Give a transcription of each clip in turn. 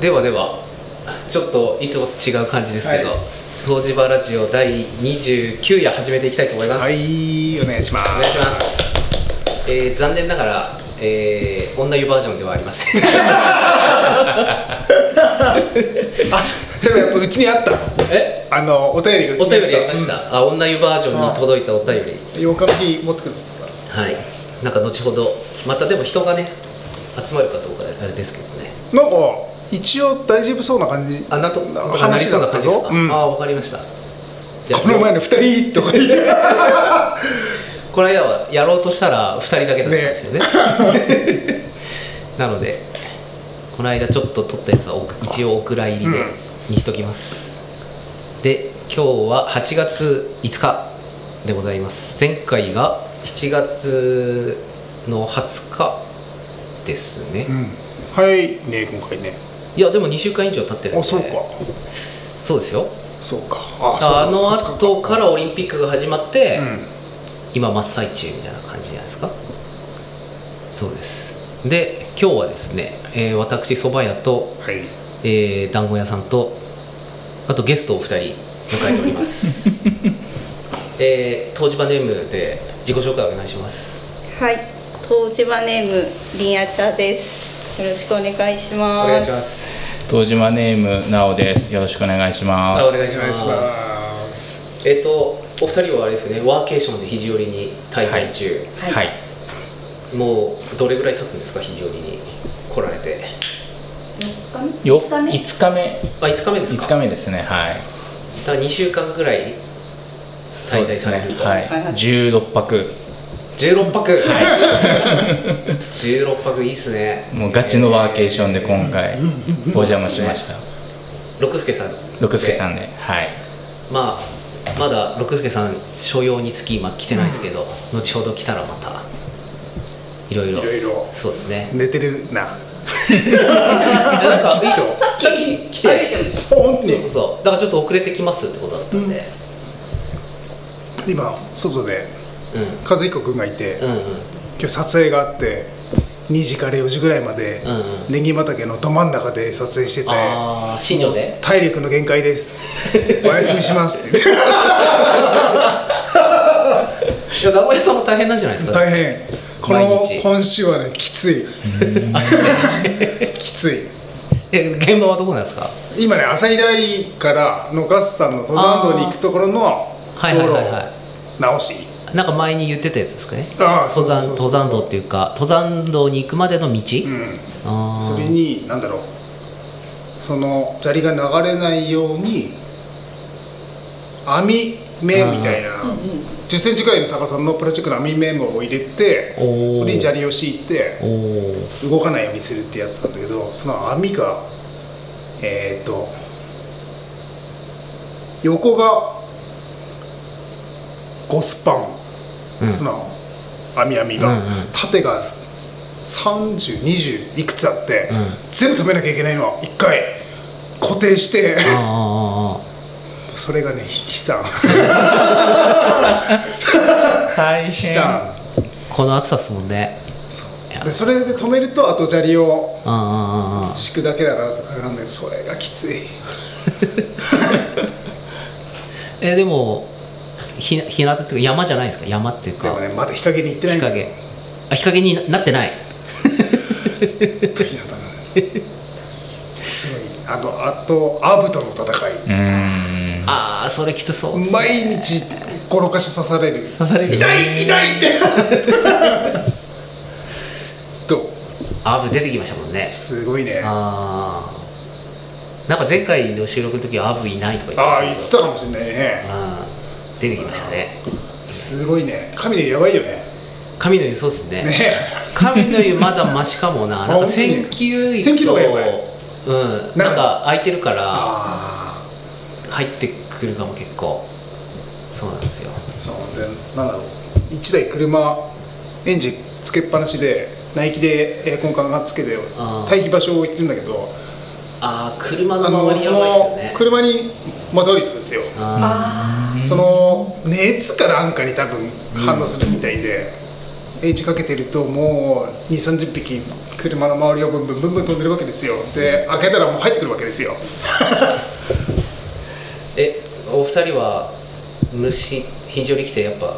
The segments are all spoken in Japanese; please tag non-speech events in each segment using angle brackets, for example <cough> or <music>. ではではちょっといつもと違う感じですけど、はい東芝ラジオ第29夜始めていきたいと思います、はい、お願いしまお願いします、えー残念ながら、えー女湯バージョンではありま <laughs> せんあ、そういえばやっぱうちにあった。えあのお便りがうちおに便りありました、あ女湯バージョンに届いたお便りうん8日の日持ってくるっつってはいなんか後ほどまたでも人がね集まるかどうかあれですけどねた。なんか一応大丈夫そうな感じ。あなんとなんなかんかなり話そうなだった感じですぞか、。うんああわかりましたじこの前の二人とか言う。この間はやろうとしたら2人だけだったんですよね <laughs> なのでこの間ちょっと撮ったやつはおく一応お蔵入りでうんにしときます、で今日は8月5日でございます前回が7月の20日ですね、うん。はいね今回ね。いやでも2週間以上経ってるんであそうかそうですよそうか。ああのそう後からオリンピックが始まって、うん。今真っ最中みたいな感じじゃないですかそうですで今日はですね、えー私蕎麦屋と、はい。えー団子屋さんとあとゲストを2人迎えております <laughs> えー東芝ネームで自己紹介お願いしますはい、東芝ネームりんやちゃです。よろしくお願いします。す東島ネームなおです。よろしくお願いしあまおす。願いしますます。えっ、とお二人はあれですねワーケーションで肘折に滞在中、はいはい。もうどれぐらい経つんですか肘折に来られて4日目よ、 5日目五日目、あ5日目です五か日目ですね。はい。だから2週間ぐらい滞在されると、はい。十六泊。 16泊、16泊 <laughs> いいっすねもうガチのワーケーションで今回お邪魔しました。六助さん六助さんんで、はい。まあまだ六助さん所用につき今来てないですけど、後ほど来たらまたいろいいろろいろそうですね寝てるなな。んかきっと。さっきさっき来て歩いてましたあ本当そうにそうそうだからちょっと遅れてきますってことだったんで、今外でうん、和彦君がいて。うんうん今日撮影があって2時から4時ぐらいまで、うんうんネギ畑のど真ん中で撮影しててああ新庄で体力の限界です <laughs> お休みしますって言っいや名古屋さんも大変なんじゃないでてすか大変この毎日今週はねきつい <laughs> きついえ現場はどこなんですか今ね朝日台からのガスさんの登山道に行くところのはい道はい路はいはい直しなんか前に言ってたやつですかねああそ登うそう山そうそう登山道っていうか登山道に行くまでの道、うんあーそれに何だろうその砂利が流れないように網目みたいなうんう1ん0ンチぐらいの高さのプラスチックの網目を入れておーそれに砂利を敷いておお動かないようにするってやつなんだけどその網がえーっと横が5スパうんンその網網が、うんうん縦が3020いくつあって、うん全部止めなきゃいけないのは1回固定してあーあそれがね悲惨大悲惨ーあーこの暑さですもんねそうでそれで止めるとあと砂利をあーあーあーあー敷くだけだからさかかるんだけどそれがきついえでもひな日向っていうか山じゃないですか山っていうでかもねまだ日陰に行ってない日んだ陰あ日陰にななってないちょっと日向だな <laughs> すごいあのあとアブとの戦うーん。ああそれきつそうっすいね毎日56か所刺される刺される痛い痛いって <laughs> ずっとあぶ出てきましたもんねすごいねあああなんか前回の収録の時はアブいないとか言あーって言まってしたかもしれないねあー出てきましたねすごいね神のやばいよね神の湯そうっすねね神の湯まだマシかもな <laughs> なあんか本当に選球選球の方がやばいうんななんんかか空いてるからあ入ってくるかも結構そうなんですよあそうでなんだろう1台車エンジンつけっぱなしでナイキでエアコンかがつけてあー待機場所を置いてるんだけどああ車のあ周のりそやばいっすよのね車にまとわりつくんですよああその熱かなんかに多分反応するみたいで、エッジかけてるともう2 3 0匹車の周りをブンブンブンブン飛んでるわけですよで開けたらもう入ってくるわけですよえお二人は虫非常に来てやっぱ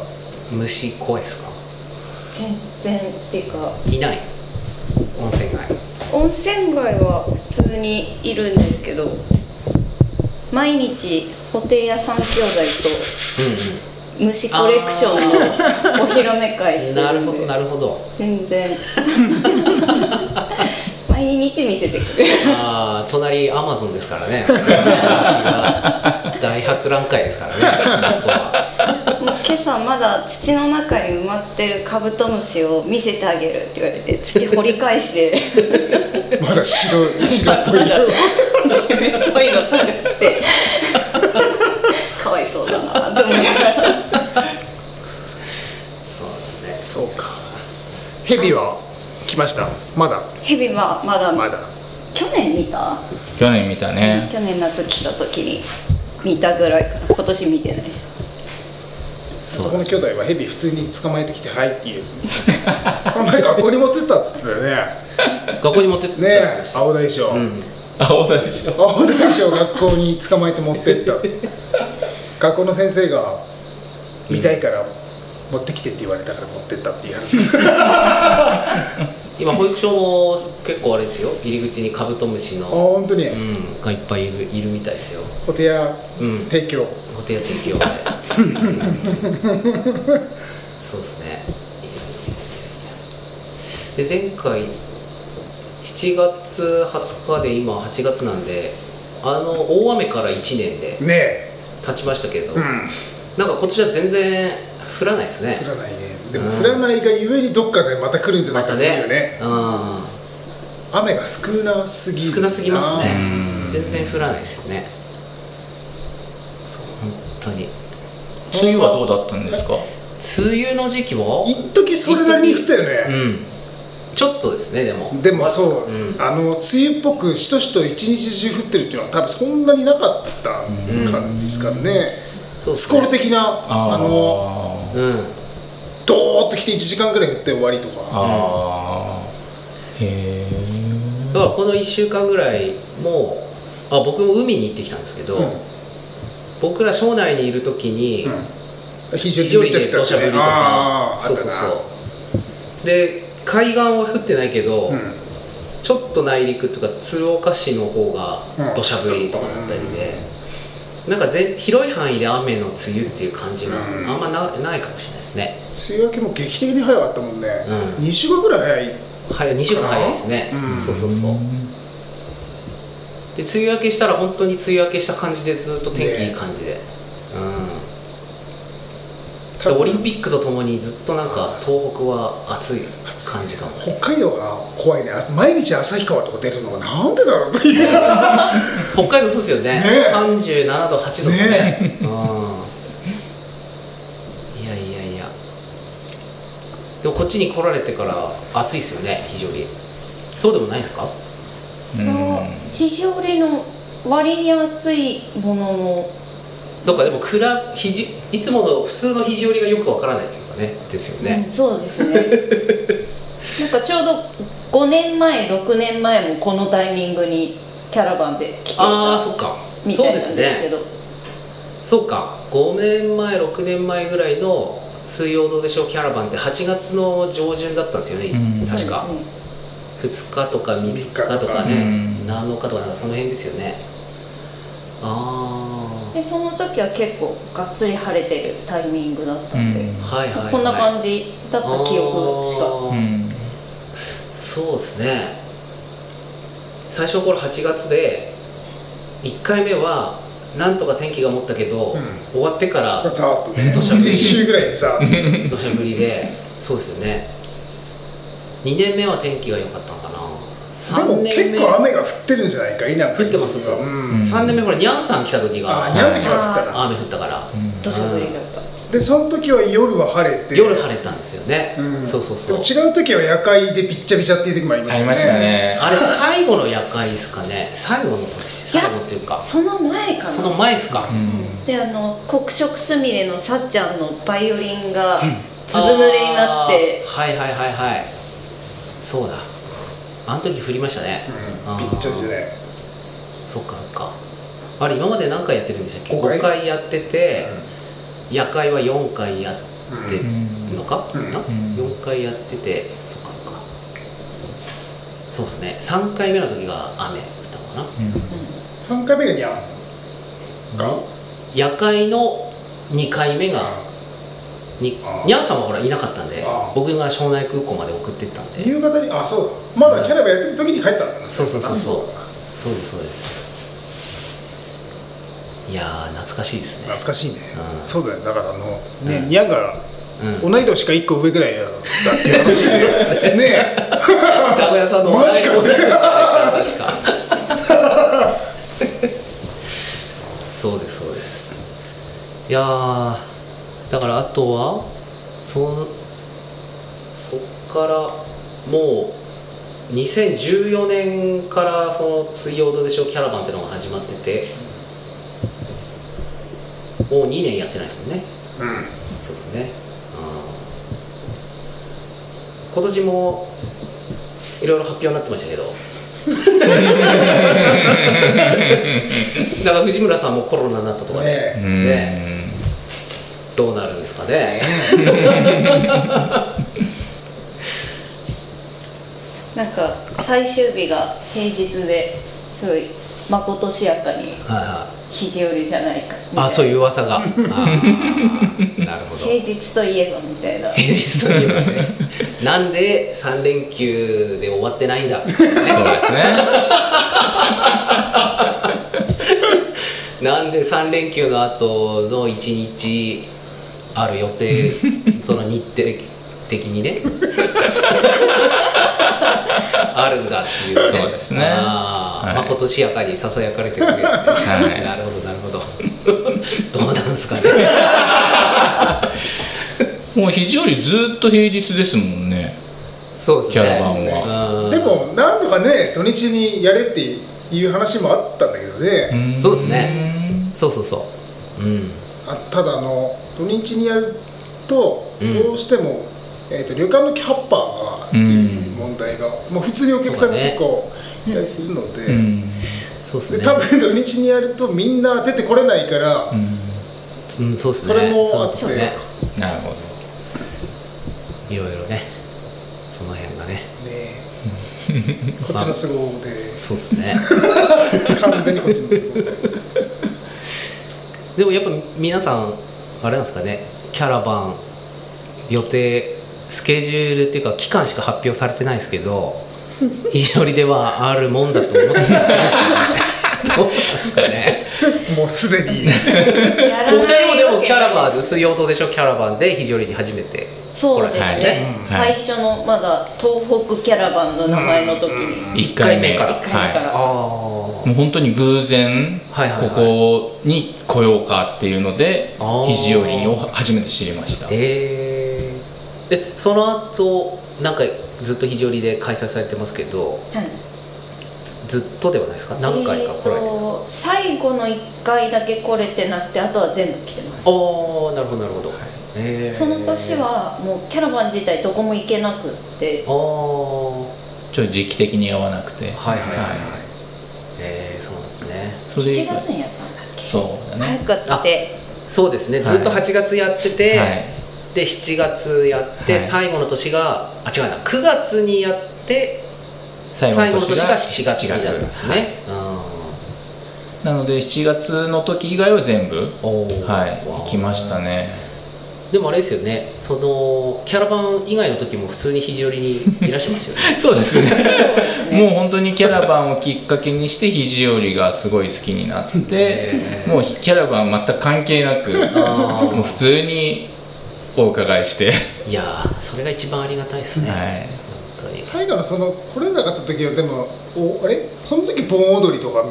虫怖いですか全然っていうかいない温泉街温泉街は普通にいるんですけど毎日布袋屋三兄弟うと虫コレクションのお披露目会んう <laughs> しんて <laughs> なるるほんどでなるほど全然 <laughs> 毎日見せてくれるあー隣アマゾンですから <laughs> ね私が大博覧会ですからねラストはもう今朝まだ土の中に埋まってるカブトムシを見せてあげるって言われて土掘り返してまだ白い白っぽい色湿っぽいの探してかわいそうだなと思いながらそうですねそうかヘビは来ましたまだヘビはまだまだ去年見た去年見たね去年夏来た時に見たぐらいかな今年見てないそこの兄弟はヘビ普通に捕まえてきて「はい」っていうこの前学校に持ってったっつってたよね学校に持ってってねえ青大将、うん青だでしょ青大将を学校に捕まえて持ってった学校の先生が見たいから持ってきてって言われたから持ってったっていう話です今保育所も結構あれですよ入り口にカブトムシあの本当にうんがいっぱいいるいるみたいですよお手屋うん提供ホテル提供で <laughs> うんそうですねで前回7月20日で今8月なんであの大雨から1年でねえ経ちましたけれど、うんなんか今年は全然降らないです降ねらないねでうもん降らないがゆえにどっかでまた来るんじゃなまいたかっていうね,、ねうん雨が少なすぎる少なすぎますねうん全然降らないですよねそう本当に梅雨はどうだったんですか梅雨の時期は一時それなりに降ったようね、んちょっとですねでもでもそう、うんあの梅雨っぽくしとしと一日中降ってるっていうのは多分そんなになかった感じですからね、そうっスすコーねル的なあのあーうんドーッと来て1時間ぐらい降って終わりとかあーへだからこの1週間ぐらいもうあ僕も海に行ってきたんですけど、うん僕ら庄内にいる時に、うん非常非に常めにっちゃ降っね土たやつ砂降ねりとあかああそっうたそうなそうで海岸は降ってないけど、うんちょっと内陸とか鶴岡市の方がうん土砂降りとかだったりで、なんか全広い範囲で雨の梅雨っていう感じがうんあんまなないかもしれないですね、梅雨明けも劇的に早かったもんねうん2週間ぐらい早い早い2週間早いですね、うんそうーそうそうで梅雨明けしたら本当に梅雨明けした感じでずっと天気いい感じで、うんでオリンピックとともにずっとなんか東北は暑い感じかも北海道が怖いねあ毎日旭川とか出るのがなんでだろうっていう北海道そうですよねね37度8度とかねうんいやいやいやでもこっちに来られてから暑いですよね非常にそうでもないですかうん非常にの割に暑いものもそうかでも暗ひじいつもの普通の肘折りがよくわからないっていうかねですよね、うんそうですね <laughs> なんかちょうど5年前6年前もこのタイミングにキャラバンで来ていああたそっかみそたういでなすんですけねどそうか5年前6年前ぐらいの水曜どうでしょうキャラバンって8月の上旬だったんですよね、うん確か、そうですね2日とか3日とかね3日とかね7日とかなんかその辺ですよねあでその時は結構がっつり晴れてるタイミングだったうんで、んあはいはい、はい、こんな感じだった記憶あしかーうんそうですね最初の頃8月で1回目はなんとか天気が持ったけど、うん終わってから <laughs> ざーっとね土砂降り1週ぐらいでさ土砂降りでそうですよね2年目は天気が良かったのかなでも3年結目構雨が降ってるんじゃないか稲降ってますようん3年目ほらニャンさん来た時があにゃん時は降ったな雨降ったからうん土砂降りだったでその時は夜は晴れて夜晴れたんですよね、うんそうそうそうでも違う時は夜会でびっちゃびちゃっていう時もありまあしたりよましたねあれ最後の夜会ですかね最後の年最後っていうかその前かなその前ですか、うんであの黒色すみれのさっちゃんのバイオリンがつぶ濡れになってあーはいはいはいはいそうだあの時降りましたね、うんびっちゃびちゃでそっかそっかあれ今まで何回やってるんでしたっけ五 5, 回回やってて、夜会は4回やってうるのか、うんなうん4回やっててそっかそっかそうですね3回目の時が雨だったのかな3回目がにゃんか夜会の2回目がにあーにゃんさんはほらいなかったんであー僕が庄内空港まで送ってったんで夕方にあそうだまだキャラバンやってる時に帰ったんだなそうそうそうそうだそうですそうですいやー懐かしいですね懐かしいねうんそうだよだからあのねうんにゃんがうん同い年か1個上ぐらいだっていう話ですよねえ名古屋さんの <laughs> マジか同じことじゃないから確か <laughs> そうですそうですいやーだからあとはそんそっからもう2014年からその「水曜どうでしょう」キャラバンっていうのが始まっててもう2年やってないですもんねうんそうですね。うん今年もいろいろ発表になってましたけど。だから藤村さんもコロナになったとかで、ねえねどうなるんですかね。なんか最終日が平日ですごいまことしやかはいにはい肘折りじゃないかあ、そういうう噂が。あーなるほど。平日といえばみ <laughs> たいな平日といえばね。なんで三連休で終わってないんだ。そうですねなんで3連休の後の1日ある予 <laughs> 定その日程的にねあるんだっていう、そうですねあーはいまあ今年やかにささやかれてるわけですね、はいなるほどなるほど <laughs> どうなんですかねもう肘よりずっと平日ですもんねそうですねキャラバンはでもなんとかね土日にやれっていう話もあったんだけどね、んそうですねそうそうそううんあただあの土日にやるとうんどうしても、えー、と旅館のキャッパーがっていう問題が、まあ、普通にお客さんが結構いたりするので,、うんそうですでね多分土日にやるとみんな出てこれないから、うんうんそうですねそれもあってそうですねなるほどいろいろねその辺がねねこっちの都合でそうですね完全にこっちの都合ででもやっぱ皆さんあれなんですかねキャラバン予定スケジュールっていうか期間しか発表されてないですけど非常にではあるもんだと思ってたりするんですよね。どうなんかねもうすでにやおらない二人もでわもけキャラなバいン水曜どうでしょうキャラバンで非常に初めてそうですね、はいねはい最初のまだ東北キャラバンの名前の時に、うん一一回目一回目から1回目かはら、あい、もう本当に偶然はいはいはいここに来ようかっていうのであー肘折りを初めて知りましたえー、でその後なんかずっと非常にで開催されてますけどはいずずっとではないですか何回か来られてえーると最後の1回だけ来れてなくてあとは全部来てますああなるほどなるほど、えーその年はもうキャラバン自体どこも行けなくってああちょっと時期的に合わなくてはいはいはいはい、えー、そうなんですねそれで7月にやったんだっけそうだ早ねくやってそうですねはいずっと8月やってて、はいで7月やって、はい最後の年があ違うな9月にやって最後の年が7月になるんですね、なので7月の時以外は全部うんおーはいわー行きましたねでもあれですよねそのキャラバン以外の時も普通に肘折りにいらっしゃいますよね <laughs> そうですねももう本当にキャラバンをきっかけにして肘折りがすごい好きになってへーもうキャラバン全く関係なくあーもう普通にお伺いして、 <laughs> いやーそれが一番ありがたいですね、はい本当に最後のその来れなかった時はでもおあれその時盆踊りとか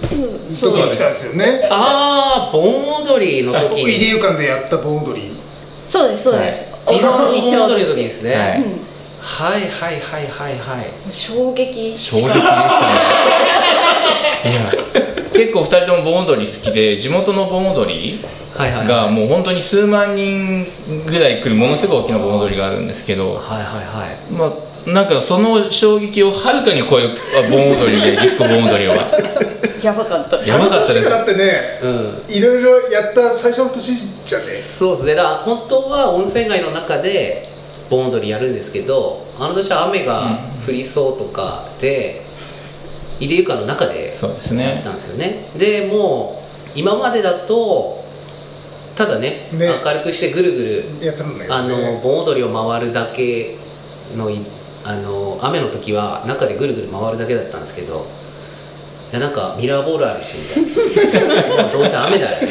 そう時そうに来たんですよねああ盆踊りの時入に江遊館でやった盆踊りそうですそうです、ディズニー盆踊りの時にですね、はいはいはいはいはいはいはい衝撃衝撃でしたねや結構2人とも盆踊り好きで地元の盆踊りはいはいがもう本当に数万人ぐらい来るものすごい大きな盆踊りがあるんですけどはいはいはいまあなんかその衝撃をはるかに超えるあ盆踊りでディスコ盆 <laughs> 踊りはやばかったやばかったあの年ですだってねうんいろいろやった最初の年じゃねそうですねだから本当は温泉街の中で盆踊りやるんですけどあの年は雨が降りそうとかで、井出由香の中でそうですやっねたんですよねでもう今までだとただねね明るくしてぐるぐるやったんだあよのね盆踊りを回るだけのいあの雨の時は中でぐるぐる回るだけだったんですけどいやなんかミラーボールあるしみたいな <laughs> どうせ雨だよね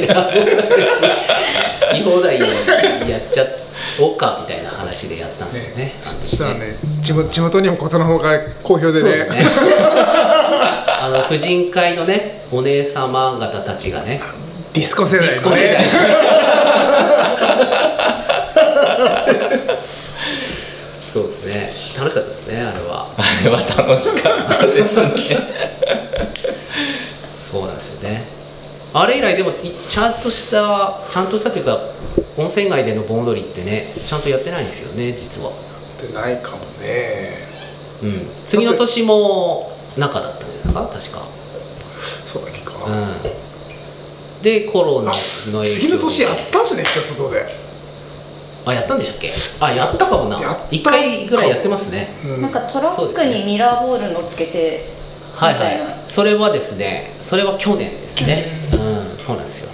ミラーボールあるし好き放題やっちゃおうかみたいな話でやったんですよねねそしたらね地元地元にもことの方が好評でそうですねね <laughs> あの婦人会のねお姉様方たちがねディスコ世代ディスのコ世ね代 <laughs> そうですね楽しかったですねあれはあれは楽しかったですねそうなんですよねあれ以来でもいちゃんとしたちゃんとしたというか温泉街での盆踊りってねちゃんとやってないんですよね実はってないかもねうん次の年も中だったんですか確かそうだっけかうんでコロナの影響で次の年やったんじゃねえか外であやったんでしたっけあやったかもなやった1回ぐらいやってますねうんなんかトラそうッですクねにミラーボール乗っけてはいみたいはないそれはですねそれは去年ですねうんそうなんですよ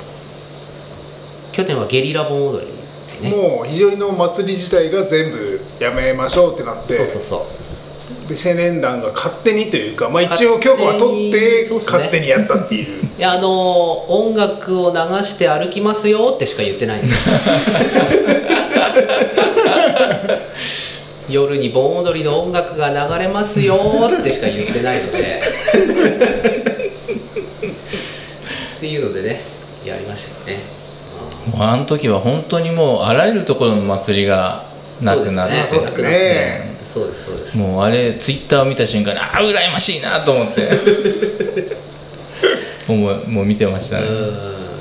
去年はゲリラ盆踊りってねもう非常にの祭り自体が全部やめましょうってなってそうそうそうで青年団が勝手にというか、まあ、一応許可は取っ勝手にてそうっすね勝手にやったっていういやあのー音楽を流して歩きますよってしか言ってないんです夜に盆踊りの音楽が流れますよってしか言ってないのでっていうのでねやりましたよね、うんもうあの時は本当にもうあらゆるところの祭りがなくなってそうですねそうですそうですそねうですもうあれツイッターを見た瞬間にああ羨ましいなと思ってもうもう見てましたね、うん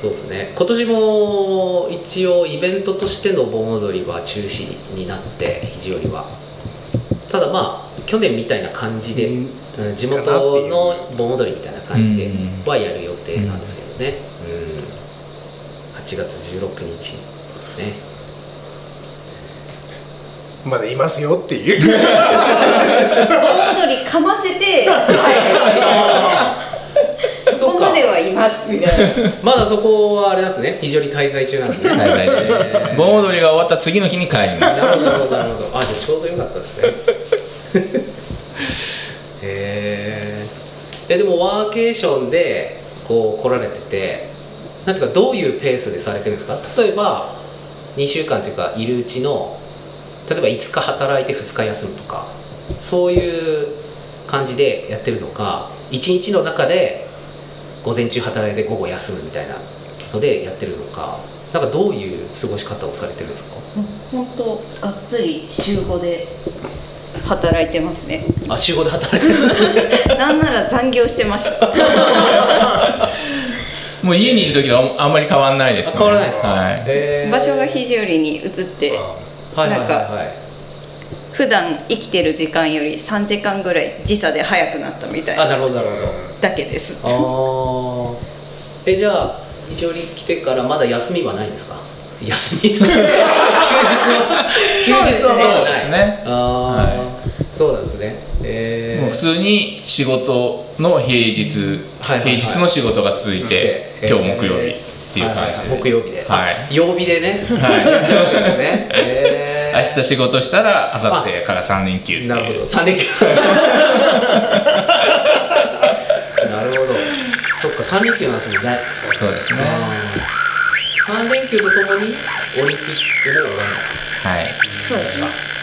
そうですね今年も一応イベントとしての盆踊りは中止になって肘折りはただまあ去年みたいな感じで、ううんん地元の盆踊りみたいな感じでうんはやる予定なんですけどね、うん、8月16日ですねまだいますよっていう <laughs> 盆踊りかませて <laughs> そこまではいますみたいなまだそこはあれなんですね非常に滞在中なんですね滞在中え <laughs> ー盆踊りが終わった次の日に帰りなまるほどなるほどなるほどあじゃあちょうどよかったですね <laughs> へーえでもワーケーションでこう来られててなんていうかどういうペースでされてるんですか例えば2週間というかいるうちの例えば5日働いて2日休むとかそういう感じでやってるのか1日の中で午前中働いて午後休むみたいなのでやってるのかなんかどういう過ごし方をされてるんですか本当がっつり週5で働いてます <laughs> ねあ週5で働いてるんですねなんなら残業してましたすもう家にいる時とあんあんまり変わんないですね変わらないですか、はい、へー場所が肘折に移ってはいはいはいなんはい普段生きてる時間より3時間ぐらい時差で早くなったみたいあななるほどなるだけですほどあーえじゃあ一応に来てからまだ休みはないんですか休み <laughs> 休日は休そうですね日はまだなそうでいすねあー、そうなんですねえー、もう普通に仕事の平日、はいはいはい平日の仕事が続いそしてえー今日木曜日っていはう感じで、はは木曜日で、はい曜日でねはい <laughs> そうですね、えー明日仕事したら明後日から3連休ってい <laughs> うなるほど三連休なるほどそっか三連休なんですもんねそうですね3連休とともにオリンピックも終わるはいそうですね